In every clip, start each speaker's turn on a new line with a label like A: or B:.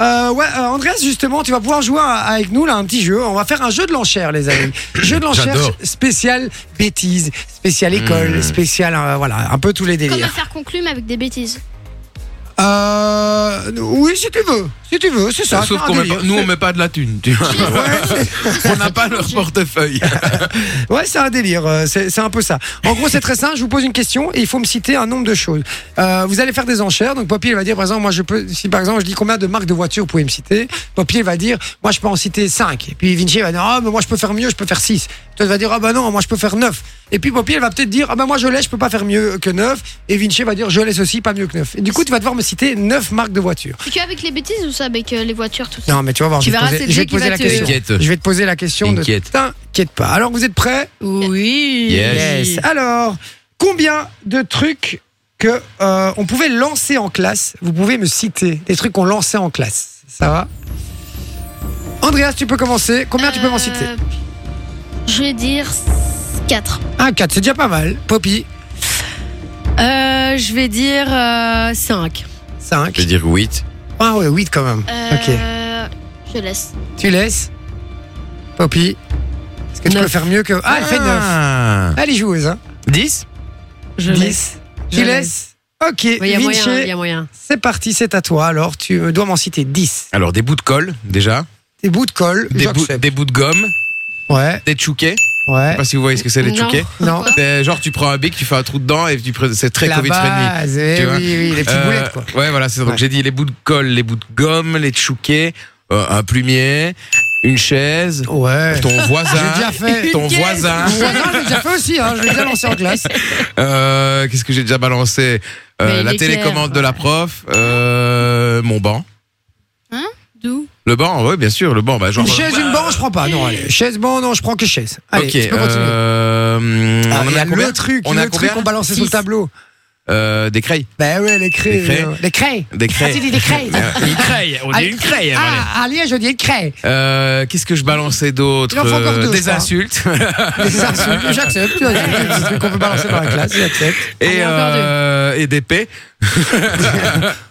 A: Euh, ouais, euh, Andreas, justement, tu vas pouvoir jouer à- avec nous là un petit jeu. On va faire un jeu de l'enchère, les amis. jeu de l'enchère
B: J'adore. Mmh.
A: spécial bêtises, spécial école, spécial euh, voilà, un peu tous les
C: Comment
A: délires.
C: faire conclure mais avec des bêtises
A: Euh, oui, si tu veux, si tu veux, c'est ça.
B: Sauf
A: faire un
B: qu'on met
A: délire.
B: pas- nous, on met pas de la thune. tu vois. on n'a pas leur portefeuille.
A: Ouais, c'est un délire, euh, c'est c'est un peu ça. En gros, c'est très simple, je vous pose une question et il faut me citer un nombre de choses. Euh, vous allez faire des enchères, donc Poppy, il va dire, par exemple, moi je peux, si par exemple je dis combien de marques de voitures vous pouvez me citer, Poppy, il va dire, moi je peux en citer 5. Et puis Vinci, il va dire, ah, mais moi je peux faire mieux, je peux faire 6. Toi, tu vas dire, ah bah non, moi je peux faire 9. Et puis Poppy, elle va peut-être dire, ah bah moi je l'ai, je peux pas faire mieux que 9. Et Vinci va dire, je l'ai aussi, pas mieux que 9. Et du coup, tu vas devoir me citer 9 marques de voitures.
C: C'est qu'avec les bêtises ou ça avec euh, les voitures, tout ça
A: Non, mais tu vas voir,
D: Tu
A: je vais te poser-
D: verras, c'est
A: je vais
D: Jay
A: te
D: qui
A: poser la
D: va te-
A: question.
B: T'inquiète.
A: Je vais te poser la question de
B: T'inquiète.
A: t'inquiète pas. Alors, vous êtes prêts
D: Oui.
B: Yes.
A: Yes. Alors, combien de trucs que euh, on pouvait lancer en classe Vous pouvez me citer des trucs qu'on lançait en classe. Ça va Andreas, tu peux commencer. Combien tu peux m'en citer
C: Euh, Je vais dire 4.
A: Un 4, c'est déjà pas mal. Poppy,
D: Euh, je vais dire euh, 5.
A: 5.
B: dire 8.
A: Ah ouais, 8 quand même.
D: Euh,
A: Ok.
C: Euh, Je laisse.
A: Tu laisses Poppy, est-ce que tu
D: Neuf.
A: peux faire mieux que. Ah, elle fait 9.
B: Ah.
A: Elle est joueuse, hein
B: 10
D: Je laisse.
A: 10.
D: Je
A: Tu laisses Ok,
D: Il y a
A: Vinci,
D: moyen, il y a moyen.
A: c'est parti, c'est à toi. Alors, tu euh, dois m'en citer 10.
B: Alors, des bouts de colle, déjà.
A: Des bouts de colle.
B: Des, bouts-
A: j'accepte.
B: des bouts de gomme.
A: Ouais,
B: Des chouquets. Je
A: ouais.
B: sais pas si vous voyez ce que c'est, les
D: Non.
B: chouquets.
A: Non.
B: C'est euh, Genre, tu prends un bic, tu fais un trou dedans et tu prends- c'est très
A: La
B: Covid-friendly.
A: base, eh
B: tu vois.
A: oui, oui, les petites
B: Euh,
A: boulettes, quoi.
B: Ouais, voilà, c'est donc
A: Ouais.
B: j'ai dit les bouts de colle, les bouts de gomme, les chouquets, euh, un plumier, une chaise,
A: Ouais.
B: ton voisin.
A: J'ai déjà fait.
B: Ton
D: Une
B: voisin.
A: Mon voisin, je l'ai déjà fait aussi, hein, je l'ai déjà lancé en classe.
B: Euh, Qu'est-ce que j'ai déjà balancé Euh,
D: Mais
B: La
D: l'éclair,
B: télécommande de
D: ouais.
B: la prof, euh, mon banc.
C: D'où
B: Le banc, oui, bien sûr, le banc. Bah, genre,
A: Une chaise, une banque, je prends pas. Non, allez. Chaise, banc, non, je prends que chaise. Allez,
B: ok,
A: tu peux continuer.
B: euh, hum,
A: Ah,
B: on en
A: il y
B: a
A: a
B: combien
A: le truc,
B: On
A: le
B: a
A: truc
B: combien
A: qu'on balançait sur le
D: Six.
A: tableau.
B: Euh, Des crayes.
A: Ben ouais, les craies.
B: Les craies.
A: euh, Les craies.
B: Des
A: Ah, tu
B: craies.
A: dis des craies.
B: Euh, une craie, on dit
A: Allez.
B: une craie. hein, voilà.
A: Ah, à Liège, je dis une craie.
B: Euh, Qu'est-ce que je balançais d'autre
A: Il en faut encore
B: Euh,
A: deux, je
B: Des
A: crois.
B: insultes.
A: Des insultes, J'accepte. tu vois, C'est des petits trucs qu'on peut balancer dans la classe, j'accepte.
B: et,
D: Allez, encore deux.
B: euh, et des paix.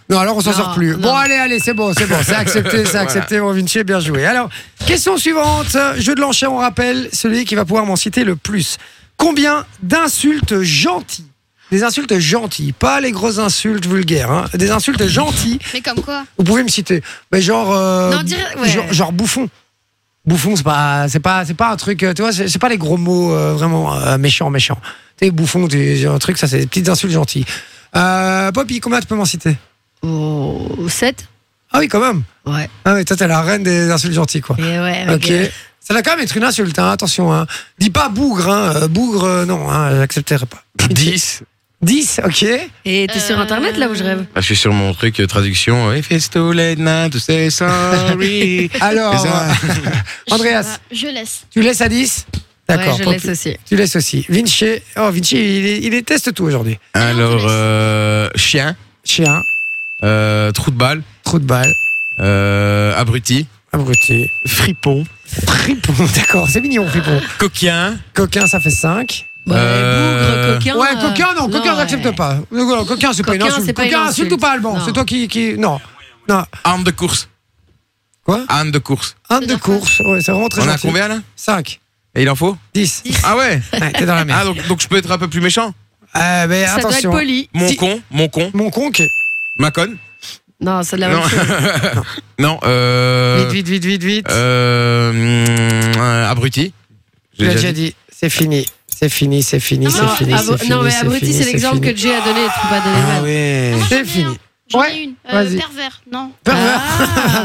A: Non, alors on s'en
D: Non,
A: sort plus. Bon,
D: non.
A: allez, allez, c'est bon, c'est bon. C'est accepté, c'est accepté, mon Vinci, bien joué. Alors, question suivante. Jeu de l'enchère, on rappelle, celui qui va pouvoir m'en citer le plus. Combien d'insultes gentilles des insultes gentilles, pas les grosses insultes vulgaires, hein, des insultes gentilles,
C: Mais comme quoi
A: vous pouvez me citer. Mais genre, euh,
D: Non, dire- ouais.
A: genre, genre bouffon. Bouffon, c'est pas, c'est pas, c'est pas un truc, euh, tu vois, c'est c'est pas les gros mots euh, vraiment euh, méchants, méchants. T'es bouffon, t'es un truc, ça, c'est des petites insultes gentilles. Euh, Poppy, combien tu peux m'en citer
D: 7
A: Ah oui, quand même.
D: Ouais.
A: Ah mais toi t'es la reine des insultes gentilles quoi.
D: Et ouais,
A: Ok. Ça va quand même être une insulte, hein, attention. Hein. Dis pas bougre, hein. euh, bougre, euh, non, hein, j'accepterai pas.
B: 10.
A: 10, ok.
D: Et t'es sur
C: Euh,
D: internet là où je rêve
B: Ah, je suis sur mon truc euh, traduction. euh, If it's too late now to say sorry.
A: Alors,
B: C'est ça.
A: euh,
C: Je-
A: Andreas.
C: Je laisse.
A: tu laisses à 10 D'accord,
D: Ouais, je
A: Poppy,
D: laisse aussi.
A: tu laisses aussi. Vinci, oh, Vinci il, est- il déteste tout aujourd'hui.
B: Alors, euh, chien,
A: Chien,
B: euh, trou de balle,
A: trou de balle,
B: euh, abruti,
A: abruti,
B: fripon,
A: fripon, d'accord, c'est mignon, fripon.
B: coquin.
A: Coquin, ça fait 5.
D: Ouais,
B: Euh,
D: bougre, coquin.
A: Ouais,
D: euh,
A: coquin, non, coquin,
D: ouais.
A: j'accepte pas. Non, non, Coquin, c'est pas une
D: Coquin,
A: insulte.
D: c'est pas une
A: Coquin, insulte ou pas, Alban
D: Non.
A: C'est toi qui, qui. Non. Non,
B: Arme de course.
A: Quoi
B: Arme de course.
A: un de course, ouais, c'est vraiment très
B: On a
A: gentil.
B: combien là
A: 5,
B: Et il en faut
A: 10.
B: Ah ouais
A: Ouais, t'es dans la merde.
B: Ah donc, donc je peux être un peu plus méchant
A: Euh, mais
D: Ça doit être
A: attention.
D: poli.
B: Mon
A: Si.
B: con, mon con,
A: Mon con qui.
B: ma conne.
D: Non, c'est de la
B: Non,
D: même chose.
B: non euh,
A: Vite, vite, vite, vite, vite.
B: euh, mm, euh, abruti.
A: Je l'ai déjà dit. C'est fini. C'est fini, c'est fini, c'est
D: ah Non,
A: fini.
D: abo-
A: c'est fini,
D: non, mais
A: c'est
D: abruti,
A: fini,
D: c'est l'exemple
A: fini.
D: que Jay a donné. Tu peux pas donner le
A: Ah
D: même.
A: ouais.
C: Moi, j'en ai
A: C'est fini.
C: un. J'en
A: Ouais,
C: ai une. Euh,
A: vas-y.
C: pervers. Non.
A: Pervers.
D: Ah,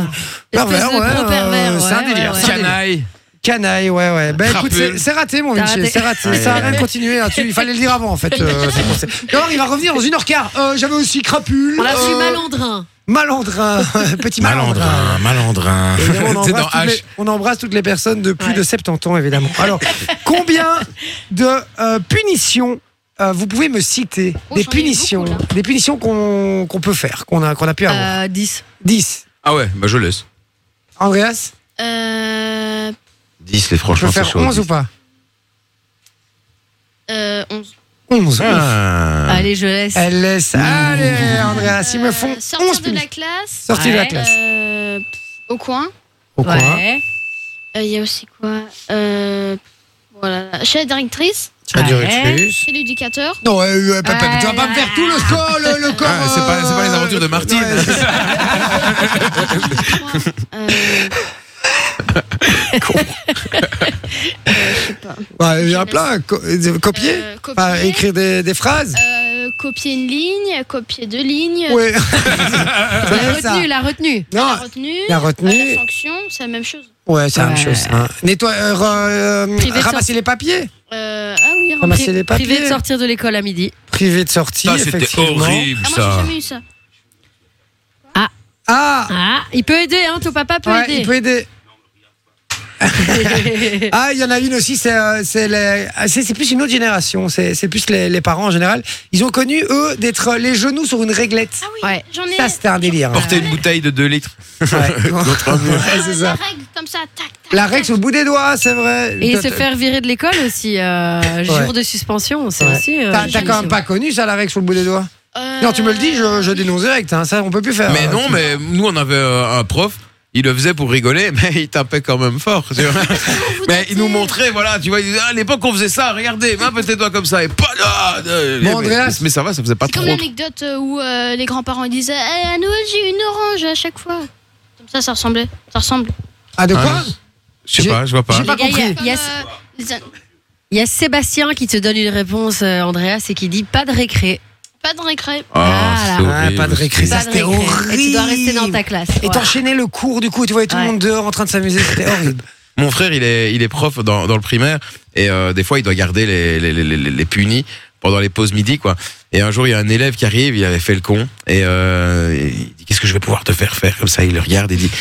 D: espèce
A: Pervers,
D: de
A: ouais,
D: gros
A: euh,
D: pervers,
A: c'est un
D: ouais,
A: délire,
D: ouais,
A: c'est un délire.
D: ouais.
B: Canaille.
A: Canaille, ouais, ouais. Ben écoute,
B: Crapule.
A: c'est c'est raté, mon
D: T'as
A: Vinci.
D: raté.
A: C'est raté.
B: Ouais,
A: Ça a
B: ouais.
A: rien de continuer là-dessus. Il fallait le dire avant, en fait. euh, c'est pour ça. Alors, il va revenir dans une heure quart. Euh, J'avais aussi crapule.
D: On l'a su
A: euh,
D: malandrin.
A: Malandrin. Petit malandrin.
B: Malandrin, malandrin.
A: Et évidemment, on,
B: C'est
A: embrasse
B: dans
A: toutes les,
B: H.
A: on embrasse toutes les personnes de plus
D: Ouais.
A: de 70 ans, évidemment. Alors, combien de euh, punitions euh, vous pouvez me citer
C: Oh,
A: Des
C: j'en ai
A: punitions,
C: beaucoup,
A: des punitions qu'on qu'on peut faire, qu'on a, qu'on a pu avoir.
D: Euh, 10.
A: 10.
B: Ah ouais, bah je laisse.
A: Andreas,
C: Euh.
B: 10 les
A: je peux
B: franchement
A: faire 11 ou pas
C: Euh. 11.
A: 11.
B: Ah.
A: Ah.
D: Allez, je laisse.
B: Mmh.
A: Elle laisse. Allez, Andreas, ils me font
C: Euh, Sortir
A: 11
C: de la
A: punitions.
C: classe.
A: Sortie de la
D: Ouais.
A: classe.
C: Euh, Au coin.
A: Au coin.
D: Ouais.
C: Euh, Il y a aussi quoi euh, Voilà. Chez la directrice,
A: Chez la
D: Ouais.
A: directrice.
C: chez l'éducateur.
A: Non, euh, euh, papa,
D: Ouais,
A: tu vas pas me faire tout le score, le, le corps.
B: Ah, c'est pas- c'est pas les
A: euh,
B: aventures de Martine.
A: ouais, c'est ça.
C: Euh, euh, je sais pas.
A: Ouais, Bah, Il y en a plein. co- euh, Copier
C: Euh, copier.
A: Enfin, Écrire des, des phrases
C: Euh, copier une ligne, copier deux
D: Ah,
C: lignes.
A: Oui.
D: La
A: Bah, C'est ça.
D: retenue, la retenue.
A: Non,
C: La retenue.
A: la retenue.
C: euh, la sanction, c'est la même chose.
A: ouais, c'est la même
D: Ouais.
A: chose. hein. Nettoie, euh, re- euh,
D: Privé de
A: ramasser les papiers.
C: Euh, ah oui,
A: Ah,
C: rem-
A: bah, c'est les papiers.
D: Privé de sortir de l'école à midi.
A: Privé de sortie,
B: Ça, c'était
A: effectivement.
B: horrible,
C: Ah, moi, j'ai
B: ça.
C: jamais eu ça.
A: Ah,
D: Ah, il peut aider, hein, ton papa peut
A: ouais, il
D: aider.
A: peut aider. Ah, il y en a une aussi, c'est euh, c'est les- ah, c'est- c'est plus une autre génération. C'est c'est plus les, les parents en général. Ils ont connu, eux, d'être les genoux sur une réglette.
C: Ah oui,
D: Ouais.
C: j'en ai.
A: Ça, c'était un délire. hein.
B: Porter une bouteille de 2 litres.
A: Ouais. Ouais, c'est ça.
C: Ah, La règle, comme ça, tac, tac.
A: La règle sur le bout des doigts, c'est vrai.
D: Et
A: Toi,
D: se
A: t'as-
D: faire virer de l'école aussi, euh, jour
A: Ouais.
D: de suspension, c'est
A: Ouais.
D: aussi. euh,
A: T'as t'as quand même pas connu ça, la règle sur le bout des doigts
C: Euh,
A: Non, tu me le dis, je, je dénonce direct. hein, ça, on peut plus faire.
B: Mais
A: Euh,
B: non, mais nous, on avait euh, un prof. Il le faisait pour rigoler, mais il tapait quand même fort. tu vois. mais il nous montrait, voilà, tu vois, il disait, Ah, à l'époque on faisait ça, regardez, va tes doigts comme ça, et pas là euh,
A: Bon,
B: mais,
A: Andreas.
B: mais ça va, ça faisait pas
C: C'est
B: trop.
C: comme l'anecdote euh, où euh, les grands-parents disaient Eh, à Noël, j'ai une orange à chaque fois. Comme ça, ça ressemblait. Ça ressemble.
A: Ah, de quoi
B: Ah, Je sais pas, je vois pas.
A: J'ai pas
D: Les gars,
A: compris.
D: Il y a-
C: Comme, euh, les an-
D: Il y a Sébastien qui te donne une réponse, euh, Andreas, et qui dit pas de récré.
C: Pas de récré.
B: Ah, c'est
A: Ah,
B: horrible.
A: pas de récré, ça
D: Pas de
A: c'était
D: récré.
A: horrible.
D: Et tu dois rester dans ta classe.
A: Et
D: Ouais.
A: t'enchaînais le cours du coup, tu voyais tout le
D: Ouais.
A: monde dehors en train de s'amuser, c'était horrible.
B: Mon frère, il est, il est prof dans, dans le primaire et euh, des fois, il doit garder les, les, les, les- les punis pendant les pauses midi, quoi. Et un jour, il y a un élève qui arrive, il avait fait le con et euh, il dit qu'est-ce que je vais pouvoir te faire faire comme ça. Il le regarde et dit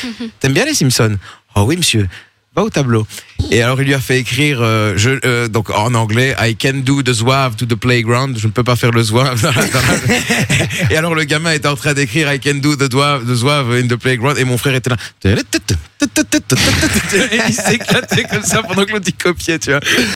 B: t'aimes bien les Simpsons Oh oui, monsieur. Va au tableau. Et alors il lui a fait écrire euh, je, euh, donc en anglais I can do the zouave to the playground. Je ne peux pas faire le zouave. dans la- dans la- et alors le gamin était en train d'écrire I can do the zouave, the zouave in the playground. Et mon frère était là. Et il s'éclatait comme ça pendant que l'autre il copiait, tu vois.